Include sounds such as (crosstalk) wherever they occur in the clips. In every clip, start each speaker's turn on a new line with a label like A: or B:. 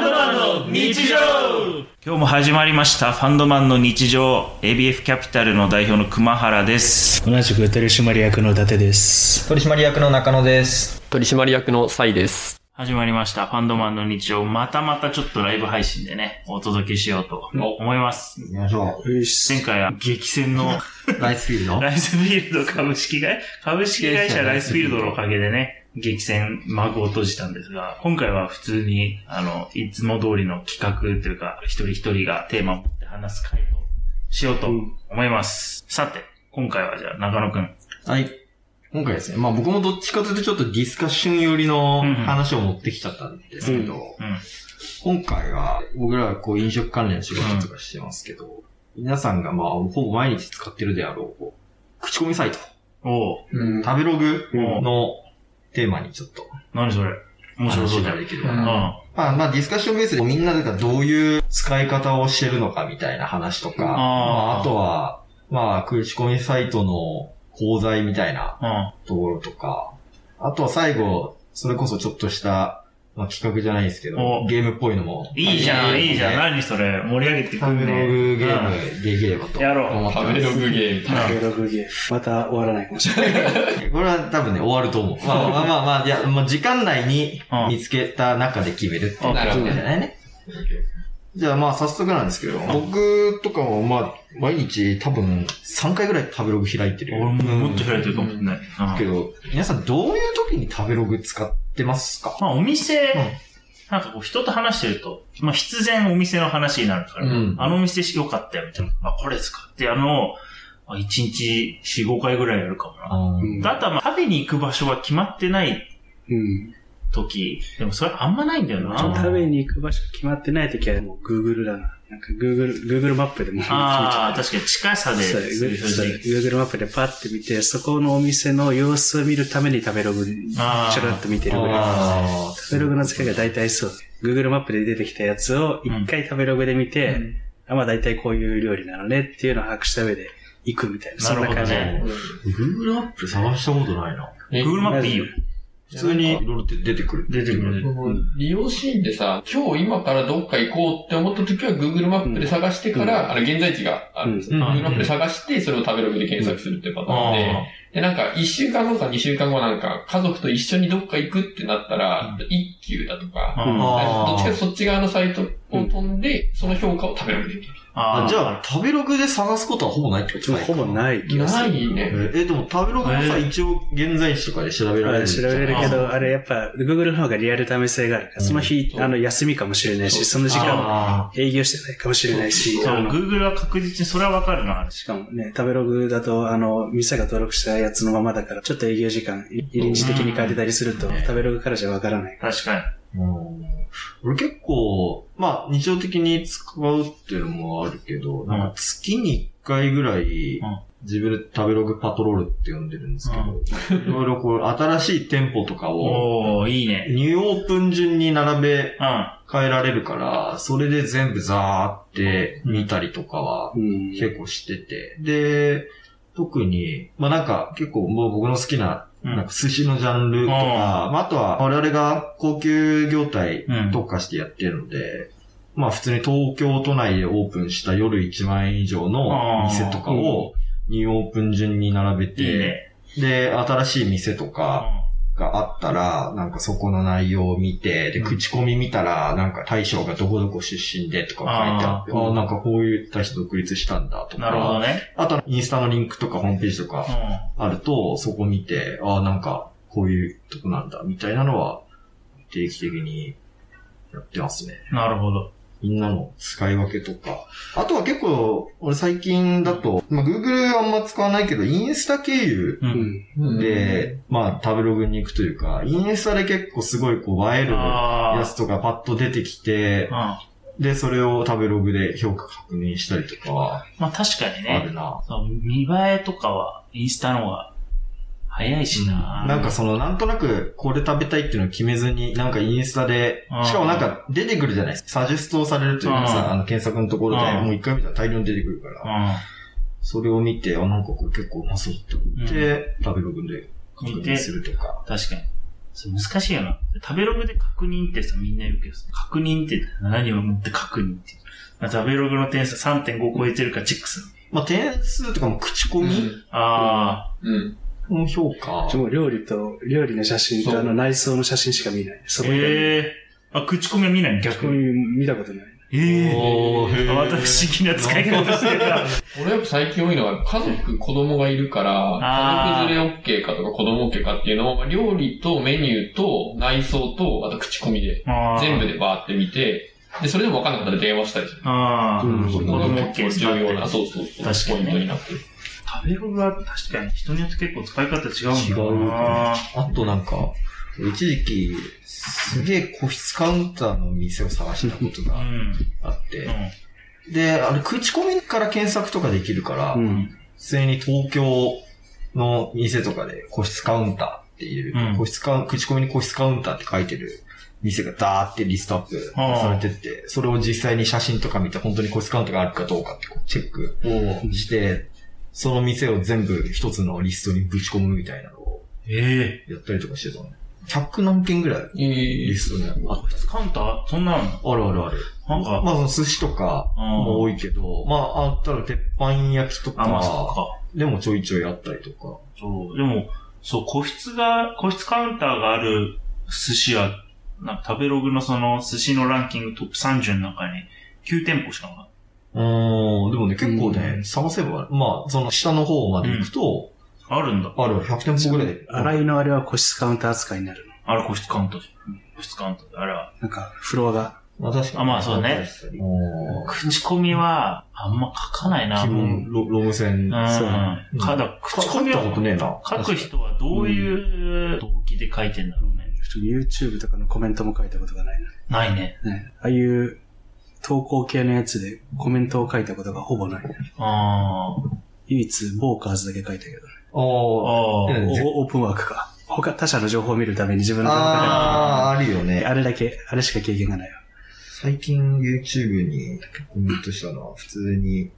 A: の日常
B: 今日も始まりましたファンドマンの日常 ABF キャピタルの代表の熊原です
C: 同じく取締役の伊達です
D: 取締役の中野です。
E: 取締役のサイです。
B: 始まりましたファンドマンの日常またまたちょっとライブ配信でねお届けしようと思います
D: 行きましょ
B: 前回は激戦の
D: う。ライスフィールド
B: ライスフィールド株式会株式会社ライスフィールドのおかげでね激戦幕を閉じたんですが今回は普通にあのいつも通りの企画というか一人一人がテーマを持って話す回としようと思います、さて今回はじゃあ中野くん
D: はい。今回ですね、まあ僕もどっちかというとちょっとディスカッション寄りの
B: うんうん
D: 話を持ってきちゃったんですけど、今回は僕らはこう飲食関連の仕事とかしてますけど、皆さんがまあほぼ毎日使ってるであろう、口コミサイト、
B: うんおう
C: うん
D: 食べログのテーマにちょっと
B: 何それ面白
D: 話
B: そうだ
D: が
B: よ。
D: できれ
B: う
D: ば
B: ん。
D: な。まあまあディスカッションベースでみんなでどういう使い方をしてるのかみたいな話とか、まああとは、まあ口コミサイトの講材みたいな
B: う
D: ところとか、あとは最後、それこそちょっとした、まあ、企画じゃないですけど
B: お、
D: ゲームっぽいのも。
B: ん。いいじゃ
D: あ
B: ん、
D: り
B: いいじゃん。
D: ね
B: 何それ。盛り上げてく
D: 食
B: んね。
D: べログゲー
B: うん
D: ムできればと
B: やろう
D: 思って
E: 食
D: ます。
E: べログゲーム。
C: 食べログゲームまた終わらないかもしれない
D: これは多分ね、終わると思う。まあまあまあまあ、いや、もう時間内に
B: うん
D: 見つけた中で決めるっていう
E: (laughs) なる
D: こ
E: ほ
D: と
E: ど
D: じゃないね。じゃあまあ早速なんですけど、僕とかもまあ、毎日多分3回ぐらい食べログ開いてる。
B: 俺ももっと開いてるかもしれない。
D: け
B: うん
D: ど、皆さんどういう時に食べログ使ってますか
B: まあお店
D: うん、
B: なんかこう人と話してると、まあ必然お店の話になるから
D: うん、
B: あのお店良かったよみたいな。まあこれ使って、あの、まあ1日4、5回ぐらいやるかもな。
C: うん
B: だとはまあ食べに行く場所が決まってない
C: うん
B: 時、でもそれあんまないんだよな。
C: 食べに行く場所決まってない時はもう Google だななんか Google, Google マップでもう決めち
B: あ
C: ゃ
B: あ、
C: う
B: 確かに近さで、
C: そう
B: そういうふうに
C: Google マップでパッて見てそこのお店の様子を見るために食べログち
B: あー
C: ょろっと見てるぐらい
D: あ
C: 食べログの使いが大体そう Google マップで出てきたやつを一回食べログで見て、あまあ大体こういう料理なのねっていうのを把握した上で行くみたいなそんな感じ
B: なるほどね
D: ー Google マップ探したことないな。
E: え
B: Google マップいいよ。
D: 普通にいろいろ出てくる。
B: 出てくる出てくる。
E: 利用シーンでさ、今日今からどっか行こうって思った時は Google マップで探してから、あの、現在地があるんですよ。
D: うん
E: Google マップで探して、それを食べログで検索するっていうパターンで、で、なんか、一週間後か二週間後なんか、家族と一緒にどっか行くってなったら、一級だとか、
B: うん
D: あー
E: どっちかそっち側のサイトを飛んで、その評価を食べログで見る。
B: あ
D: あ
B: ー
D: じゃあ、食べログで探すことはほぼないってこと
C: もうほぼ
D: い。
C: ない気がする。
E: ないね。
D: え、でも食べログもさ、
B: え
D: 一応現在地とかで調べら
C: あ
D: れる
C: れ
D: じ
C: 調
D: ゃん。
C: べれるけ
B: あ
C: ど、あれやっぱ、Google の方がリアルタイム性があるから、その日、
E: うん
C: あの、休みかもしれないし、その時間、
D: あ
C: 営業してないかもしれないし、
B: そう
C: あ、の
B: Google は確実にそれはわかるな、あれ
C: しかもね、食べログだと、あの、店が登録したやつのままだから、ちょっと営業時間、臨時的に変えてたりすると、
B: うん
C: 食べログからじゃわからない。
B: 確かに。
D: ーうん俺結構、まあ、日常的に使うっていうのもあるけど、なんか月に1回ぐらい
B: うん、
D: 自分で食べログパトロールって呼んでるんですけど、いろいろこう、新しい店舗とかを、
B: おー、いいね。
D: ニューオープン順に並べ
B: うん。あ
D: 変えられるから、それで全部ザーって見たりとかは
C: うん。
D: 結構してて。で、特に、まあなんか結構もう僕の好きな、
B: うん
D: なんか寿司のジャンルとか、まああとは我々が高級業態
B: うん
D: 特化してやってるので、まあ普通に東京都内でオープンした夜1万円以上の店とかをニューオープン順に並べて、
B: いいね。
D: で、新しい店と
B: うん
D: か、があったら、なんかそこの内容を見て、で、
B: うん
D: 口コミ見たら、なんか大将がどこどこ出身でとか書いてあって、
C: あ
D: あ
C: ー
D: あー、なんかこういう大将独立したんだと
B: なるほど
D: か、
B: ね。
D: あとインスタのリンクとかホームページと
B: う
D: か
B: ん。
D: あると、そこ見て、ああ、なんかこういうとこなんだ、みたいなのは、定期的にやってますね。
B: なるほど。
D: みんなの使い分けとか。あとは結構、俺最近だと、まあ Google あんま使わないけど、インスタ経由
B: う。
C: うんん。
D: で、まあ、食べログに行くというか、インスタで結構すごいこう映えるや
B: あ
D: つとかパッと出てきて
B: ー。うん。、ま
D: で、それを食べログで評価確認したりとかは
B: あ確かに
D: あ
B: ね。
D: るな。
B: そう見栄えとかは、インスタの方が早いしな。
D: なんかその、なんとなく、これ食べたいっていうのを決めずに、なんかインスタで
B: あー、
D: しかもなんか出てくるじゃないですか。サジェストをされるというか
B: あー
D: さ、あの、検索のところで
B: あー、
D: もう一回見たら大量に出てくるから、それを見て、あ、なんかこれ結構うまそうって思って、食べログで
B: うん。
D: 確
B: 見
D: 認
B: て、
D: するとか。
B: 確かに。それ難しいよな。食べログで確認ってさ、みんな言うけどさ、確認って何をもって確認って。まあ、食べログの点数3.5超えてるかチェックする。
D: まあ、点数とかも口コミ
B: あ
E: うん。
D: の評価。
C: もう料理と、料理の写真とあの内装の写真しか見ない。
B: あ、
C: そこで。
B: ええあ、口コミは見ない
C: 逆
B: 逆に。
C: に見たことない。
B: ええ
E: おーへー
B: あまた不思議な使い方してた。
E: 俺やっぱ最近多いのは、家族、子供がいるから
B: あ、ー
E: 家族連れ OK かとか子供 OK かっていうのを、まあ料理とメニューと内装と、あと口コミで、
B: あー
E: 全部。でバーって見て、で、それでも分かんなかったら電話したりする。
B: ああ、
C: うん
E: こ
B: 子
E: れ
B: 供
E: も
B: OK
E: 結構
B: 使って
E: 重要な、そうそうそう、
B: 確かにね
E: ポイントになってる。
B: 食べログは確かに人によって結構使い方違うんだ
D: 違う
B: な。
D: あとなんか、一時期、すげえ個室カウンターの店を探したこと
B: う
D: が
B: ん。
D: あっ
B: う
D: て、
B: ん。
D: で、あれ、口コミから検索とかできるから、
C: うん。
D: 普通に東京の店とかで個室カウンターっていう、
B: うん
D: 個室カウン口コミに個室カウンターって書いてる店がダーってリストアップされてって、それを実際に写真とか見て本当に個室カウンターがあるかどうかってこうチェックして、その店を全部一つのリストにぶち込むみたいなのを
B: ええ
D: やったりとかしてたの。100何件ぐらい
E: え
D: リストにあった。
B: 個室カウンターそんなの
D: あるあるある。
B: なんか、
D: まあ、その寿司とかも多いけど、まあ、あったら鉄板焼きと
B: あ、まあ、そっ
D: か、
B: か。
D: でもちょいちょいあったりとか。
B: そう。でも、そう、個室が、個室カウンターがある寿司屋、なんか食べログのその寿司のランキングトップ30の中に9店舗しかなかっ
D: うーん、でもね、結構ね、
B: うん
D: 探せば、まあ、その下の方まで行くと、
B: た。あるんだ。
D: ある、100店舗ぐらい。
C: 洗いのあれは個室カウンター扱いになるの。
B: あれ個室カウンターじゃん。個室カウンターであれは。
C: なんか、フロアが。
D: まあ、確かに。
B: あまあそうね。
D: もう、
B: 口コミは、あんま書かないな。
D: 基
B: うん。
D: 本、ロロム線。
C: そう
B: うん。かだ、
D: 書
B: 口コ
D: い
B: ミ
D: たこと
B: は、
D: ねえな。
B: 書く人はどういう動機で書いてんだろうね。
C: 普通に YouTube とかのコメントも書いたことがないな。
B: ないね。
C: ね。ああいう投稿系のやつでコメントを書いたことがほぼない。
B: あ
C: 唯一、ボーカーズだけ書いたけど。
B: あ。
D: あ
B: ああ。
D: うんぜ
C: おオープンワークか。他、他者の情報を見るために自分の情報
D: あ
C: が
D: あー、あるよ
C: 出てくる
D: ね。
C: あれだけ、あれしか経験がないわ。
D: 最近 YouTube にコメントしたのは、普通に、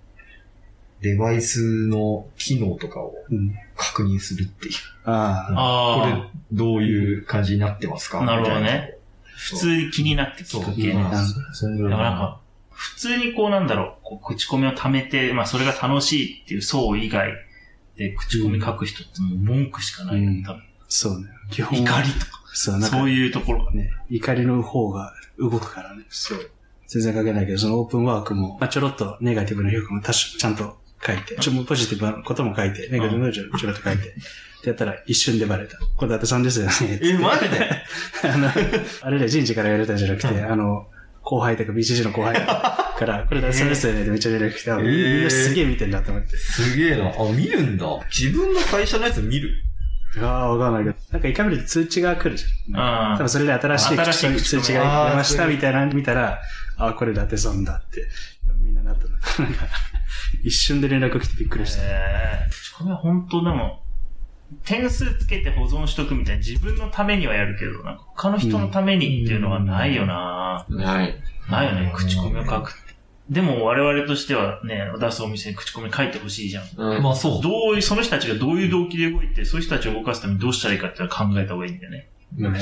D: デバイスの機能とかを
C: うん。
D: 確認するっていう。
C: ああ、
D: こ
B: ああ。
D: れ、どういう感じになってますか
B: なるほどね。
D: みたいな
B: 普通に気になって
D: そう
B: 聞く
D: い
B: 系
D: いな
B: ね。
D: そんぐ
B: で
D: ら
B: も
D: い
B: なんか、普通にこうなんだろう、こう口コミを貯めて、まあそれが楽しいっていう層以外で口コミ書く人ってもう文句しかないよ、
C: うん
B: 多分。
C: そうね。基
B: 怒
C: 本
B: りと
C: は。
B: か、
C: そう、な
B: そ
C: んか
B: ういうところが。
C: ね、怒りの方が動くからね。
D: そう。
C: 全然書けないけど、そのオープンワークも、まあ、ちょろっとネガティブな評価も多少ちゃんと書いて、ちょもうポジティブなことも書いて、ネガティブなちょちょろっと書いて。ってやったら一瞬でバレた。これ伊達さんですよね。
D: え、マジで
C: あの、あれで人事から言われたんじゃなくて、あの、後輩とか BCG の後輩
D: (laughs)
C: から、これ大さんですよねってめっちゃ連絡来て、あ
D: えー
C: みんなすげえ見てんだと思って。
D: すげえな。あ、見るんだ。自分の会社のやつ見る
C: ああ、わかんないけど。なんか一回見ると通知が来るじゃん。
B: あ
C: 多分それで新しい
B: 新
C: 口
B: しい
C: に
B: 口
C: 通知が出ましたみたいなの見たら、ああ、これ伊達さんだって、みんななったの。なんか、一瞬で連絡来てびっくりした。
B: えー口コミは本当でも、点数つけて保存しとくみたいな自分のためにはやるけど、なんか他の人のためにっていうのはないよな、
E: ない。
B: ないよね、
D: うん
B: 口コミを書くって。でも我々としてはね、出すお店に口コミ書いてほしいじゃん。
E: うん。
D: まあそう。
B: どういう、その人たちがどういう動機で動いて、そういう人たちを動かすためにどうしたらいいかっていうのは考えた方がいいんだよね。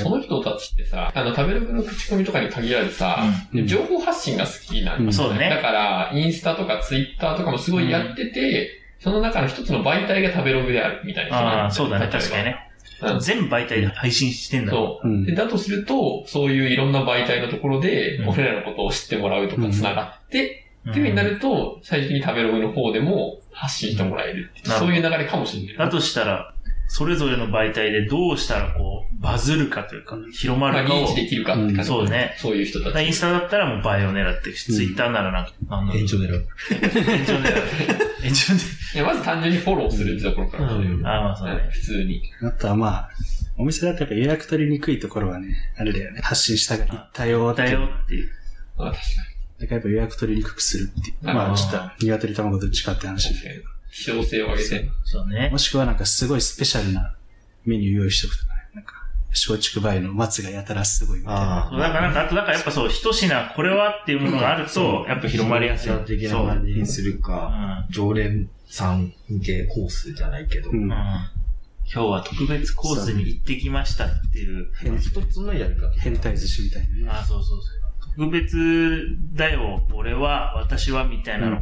E: その人たちってさ、あの、食べログの口コミとかに限らずさ、
C: うん
E: 情報発信が好きなん
C: うん
B: そうだね
E: だから、インスタとかツイッターとかもすごいやってて、その中の一つの媒体が食べログであるみたいな人
B: あ
E: なん
B: あ、
E: です
B: そ
E: よ
B: うだね、確かに。ね。
E: 例えばうん
B: 全媒体で配信してんだう。
E: そう
C: うん
E: で。だとすると、そういういろんな媒体のところで
B: う、ん
E: 俺らのことを知ってもらうと
C: う
E: か、
C: ん
E: 繋がって、
B: うん
E: っていう風になると、最終的に食べログの方でも発信してもらえるっていう。
B: なるほ
E: そ
B: ど
E: ういう流れかもしれな
B: だ
E: い。
B: としたら、それぞれの媒体でどうしたらこう、バズるかというか、広ま
E: まあ、
B: るか
E: 認
B: を
E: 知。できるかって感じ。
C: うん
B: そうだね。
E: そういう人
B: だ
E: た
B: から
E: ち。
B: インスタだったらもうバイを狙ってるし、
C: うん
B: ツイッターならなんか、なんだろう
D: 延。長狙う。
B: (laughs) 炎上狙う。炎上狙
E: いや、まず単純にフォローするってところから。
D: うん
B: う。ああ、まあそうだ
E: うん
B: ね。
E: 普通に。
C: あとはまあ、お店だとやっぱ予約取りにくいところはね、あれだよね。発信したがり。
B: あ
C: 多様
B: だよっていう。
E: まあ、確か
C: だからやっぱ予約取りにくくするっていう。
E: あー
C: まあちょっと、鶏卵どっちかって話だけ
E: に。希少性を上げて。
B: そうね
C: ど。。もしくはなんかすごいスペシャルなメニュー用意しておくとかね。なんか、松竹梅の松がやたらすごいみたいな。
D: あ
B: そうだからなんか、あとなんかやっぱそう、一品これはっていうものがあると、やっぱ広まりやすい。
D: 的な
B: そう。うん。
D: 感じにするか、常連さん向けコースじゃないけど、
C: うん。
B: うん。今日は特別コースに行ってきましたっていう。
D: 一つのやり方。
C: 変態寿司みたいなね。
B: あ、そうそうそう。特別だよ、俺は、私は、みたいなのを、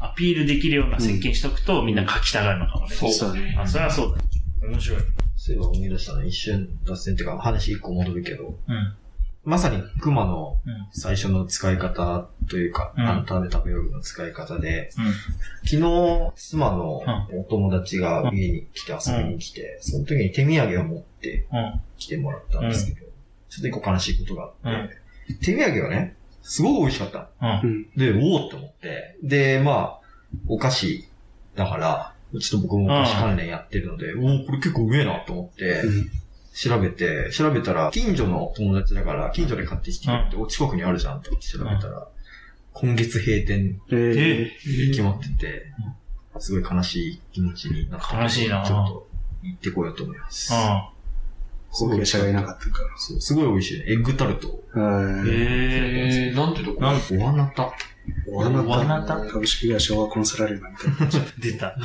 B: アピールできるような設計しとくと、みんな書きたがるのかもね。
E: そう。
C: そうね。
B: あ、それはそうだ。面白い。
D: そういえば思い出したの、一瞬脱線っていうか話一個戻るけど、
B: うん。
D: まさに熊の
B: うん
D: 最初の使い方というか、
B: うん
D: あの食べ食べ用具の使い方で、昨日妻のお友達が家に来て遊びに来て、その時に手土産を持って
B: うん。
D: 来てもらったんですけど、ちょっと一個悲しいことがあって、手土産はね、すごく美味しかったの。
B: うん。
C: うん。
D: で、おおって思って。で、まあ、お菓子だから、ちょっと僕もお菓子関連やってるので、おお、これ結構うめえなと思って、
C: うん
D: 調べて、調べたら、近所の友達だから、近所で買ってきてくれって、お近くにあるじゃんと思って調べたら、今月閉店
C: えー
B: え
D: 決まってて、すごい悲しい気持ちになって
B: 悲しいな
D: ちょっと、行ってこようと思います。す
C: 後
D: ごい美
C: 継
D: 味し
C: 者
D: かった
C: がいなかったか
D: そうすごい美味しいね。エッグタルト。
C: ら。
B: うん。
C: え
B: え
E: えー、なんてとこ
B: なん
D: おわなた。
C: ー。わな
B: わな
C: た
B: た
C: 株式会社オワコンサラリーマンみたいな。
B: ー、出た。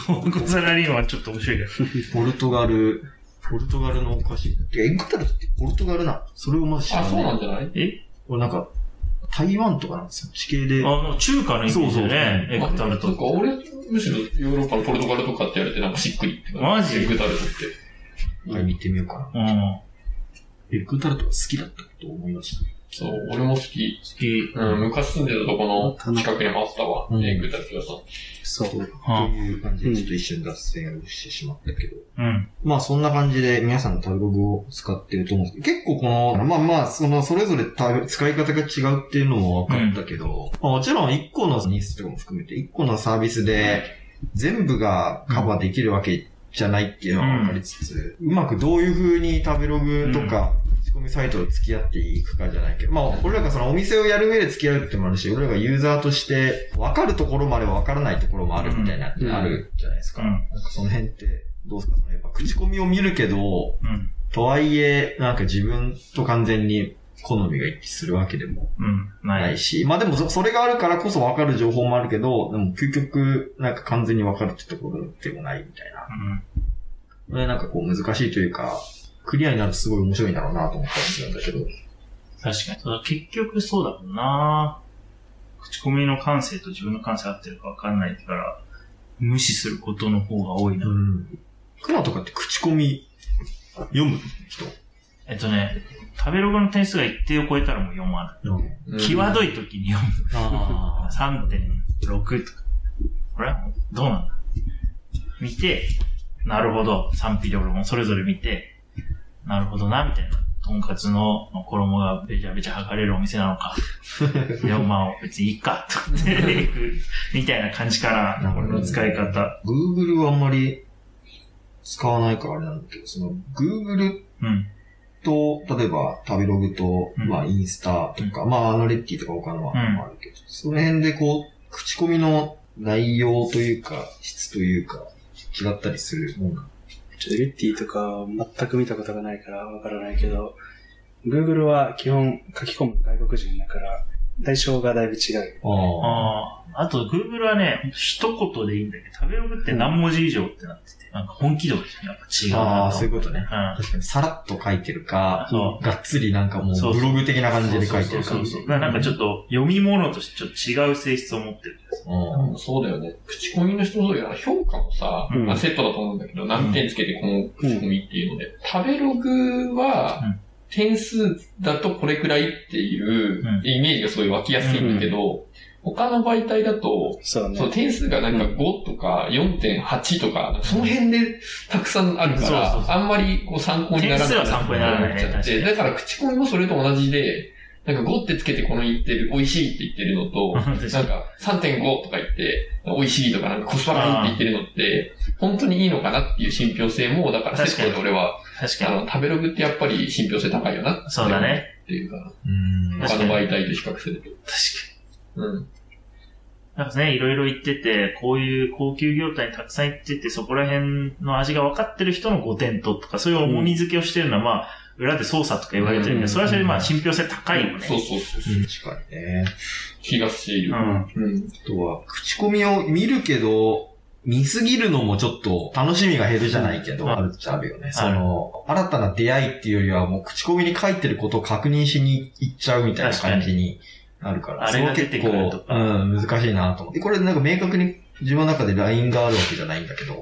B: コサラリーマンはちょっと面白いけど。
D: (laughs) ポルトガル、ポルトガルのお菓子。エッグタルトってポルトガルなのそれをまず知ら
E: あ、
D: ない。
E: そうなんじゃない
B: え
D: これなんか、台湾とかなんですよ。地形で。
B: あの、中華のイメージだよね。エ
E: あ
B: クタル
E: そっか、
B: ト。
E: 俺、むしろヨーロッパのポルトガルとかってやれてなんかしっくりって。
B: マジ
E: エッグタルトって。
D: これ見てみようかな。
B: うん。
D: エッグタルトが好きだったことを思いました。
E: そう、俺も好き。
B: 好き。
E: うん、昔住んでたとこの近くにもあったわ
D: う。ん
E: エッグタルト屋さん。
C: そう。
B: うん
D: という感じで、ちょっと一瞬脱線をしてしまったけど。
B: うん。
D: まあそんな感じで皆さんのタブログを使ってると思うんですけど、結構この、まあまあ、そのそれぞれタブ使い方が違うっていうのも分かったけど、まあもちろん1個のニースとかも含めて、1個のサービスで全部がカバーできるわけじゃないっていうのは分かりつつ、うまくどういう風にタブログとか、仕込みサイトと付き合っていくかじゃないけど、まあ、俺らがそのお店をやる上で付き合うってもあるし、俺らがユーザーとして分かるところもあれば分からないところもあるみたいな、
C: うん
D: あるじゃないですか。
B: うん
D: なんかその辺って、どうですかそのやっぱ口コミを見るけど、
B: うん。
D: とはいえ、なんか自分と完全に好みが一致するわけでも
B: うん。な。
D: ないいし、まあでもそそれがあるからこそ分かる情報もあるけど、でも究極なんか完全に分かるってところでもないみたいな。
B: うん。
D: これなんかこう難しいというか、クリアになるとすごい面白いんだろうなと思ったりするんだけど。
B: 確かにそう。結局そうだもんな口コミの感性と自分の感性合ってるか分かんないから、無視することの方が多いな。
D: うん。クマとかって口コミ読む人。
B: えっとね、食べログの点数が一定を超えたらもう読まない。
E: うん
B: 際どい時に読む。
D: あ
B: 3.6とか。これはもうどうなんだ見て、なるほど、賛否両論それぞれ見て、なるほどな、みたいな。とんかつの衣がべちゃべちゃ剥がれるお店なの
E: (laughs)
B: か。でもまあ別にいいか、と思って行くみたいな感じかな。俺の使い方。
D: (laughs) Google はあんまり使わないからあれなんだけど、その Google
B: うん。
D: と、例えば、食べログと、
B: うん
D: まあ、インスタとか、まあ、アナレッティとか他のは
B: うん
D: あるけど、その辺でこう、口コミの内容というか、質というか、違ったりするもんな
C: ちょっとエッティとか全く見たことがないからわからないけど、Google は基本書き込む外国人だから、対象がだいぶ違う。
D: の。ああ。
B: ああ。あと、Google はね、一言でいいんだけど、食べログって何文字以上ってなってて、なんか本気度がやっぱ違うなと思
D: あ
B: う
D: あ、そういうことね。
B: うん。
D: 確かに、さらっと書いてるか、
B: そ
D: がっつりなんかも
B: そう
D: う、
B: そう
D: ブログ的な感じで書いてるか。
B: そうそうそうそうだからなんかちょっと読み物としてちょっと違う性質を持ってる。
D: うん。
E: うんそうだよね。口コミの人ぞれな評価もさ、
C: うん
E: あセットだと思うんだけど、何点つけてこの口コミっていうので、食べログは
B: うん、
E: 点数だとこれくらいっていう
B: うん
E: イメージがすごい湧きやすいんだけど、他の媒体だと、
C: そうね
E: そ。う点数がなんか
C: うん
E: 5とか4.8とか、その辺でたくさんあるか
B: そうそうそう
E: ら、あんまりこう参考にならな
B: 点
E: い。
B: 数は参考にならないね
E: っちゃっ
B: 確か
E: て
B: に
E: だから口コミもそれと同じで、なんか5ってつけてこの言ってる、美味しいって言ってるのと、なんか3.5とか言って、美味しいとかなんかコスパがいいって言ってるのって、本当にいいのかなっていう信憑性も、だからセ
B: 確かに
E: ットで俺は、
B: 確
E: あ
B: か
E: の、食べログってやっぱり信憑性高いよなって
B: に。そうだね。
E: っていうか、
D: うん
B: 確
E: 他
B: かに
E: の媒体と比較すると。
B: 確か
E: うん。
B: に。なんかね、いろいろ言ってて、こういう高級業態にたくさん行ってて、そこら辺の味が分かってる人の5点ととか、そういう重み付けをしてるのは、まあ、裏で操作とか言われてるけ
C: う
B: ど、
C: ん
B: それはそれでまあ、信憑性高いよね。
E: そうそうそう。
D: 確かにね。
E: 気がしている
B: う。ん。
E: うん。
D: あとは、口コミを見るけど、見すぎるのもちょっと楽しみが減るじゃないけど、
B: うん
D: あるっちゃあるよね。
B: あ
D: そ
B: る
D: の、新たな出会いっていうよりはもう口コミに書いてることを確認しに行っちゃうみたいな感じになるから、
B: あれが出てくる
D: そ
B: と
D: こ
B: か
D: は結構、うん、難しいなと思って。これなんか明確に自分の中でラインがあるわけじゃないんだけど、
B: ん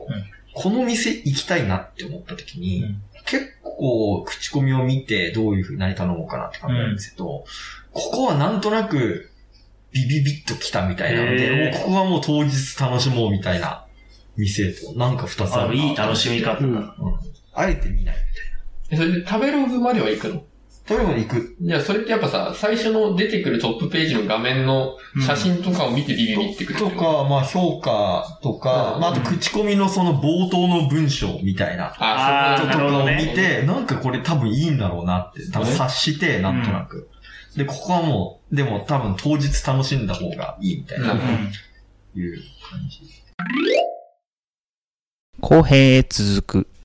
D: この店行きたいなって思った時に、
B: うん
D: 結構口コミを見てどういうふうに何頼もうかなって考えるんですけど、ここはなんとなくビビビッと来たみたいなの
B: へー
D: で、もうここはもう当日楽しもうみたいな店と、なんか二つ
B: あ
D: あ
B: の、
D: るない
B: い楽しみ。方。
C: うん。
D: うんあえて見ない。
E: えそれで食べログまでは行くの
D: 食べ物行く。
E: じゃあそれってやっぱさ、最初の出てくるトップページの画面の写真とかを見てビビビってくるって
D: と
E: こと
D: か、まあ評価とか、
E: うん
D: まああと口コミのその冒頭の文章みたいな。
E: あ
D: と
E: そう
B: なる
D: か
B: ほ
D: を
B: ど
D: 見
B: ね
D: て、なんかこれ多分いいんだろうなって、多分察して、なんとなく。で、ここはもう、でも多分当日楽しんだ方がいいみたいな、
E: う
D: いう
E: ん
B: うん
D: 感じ。
A: 公平へ続く。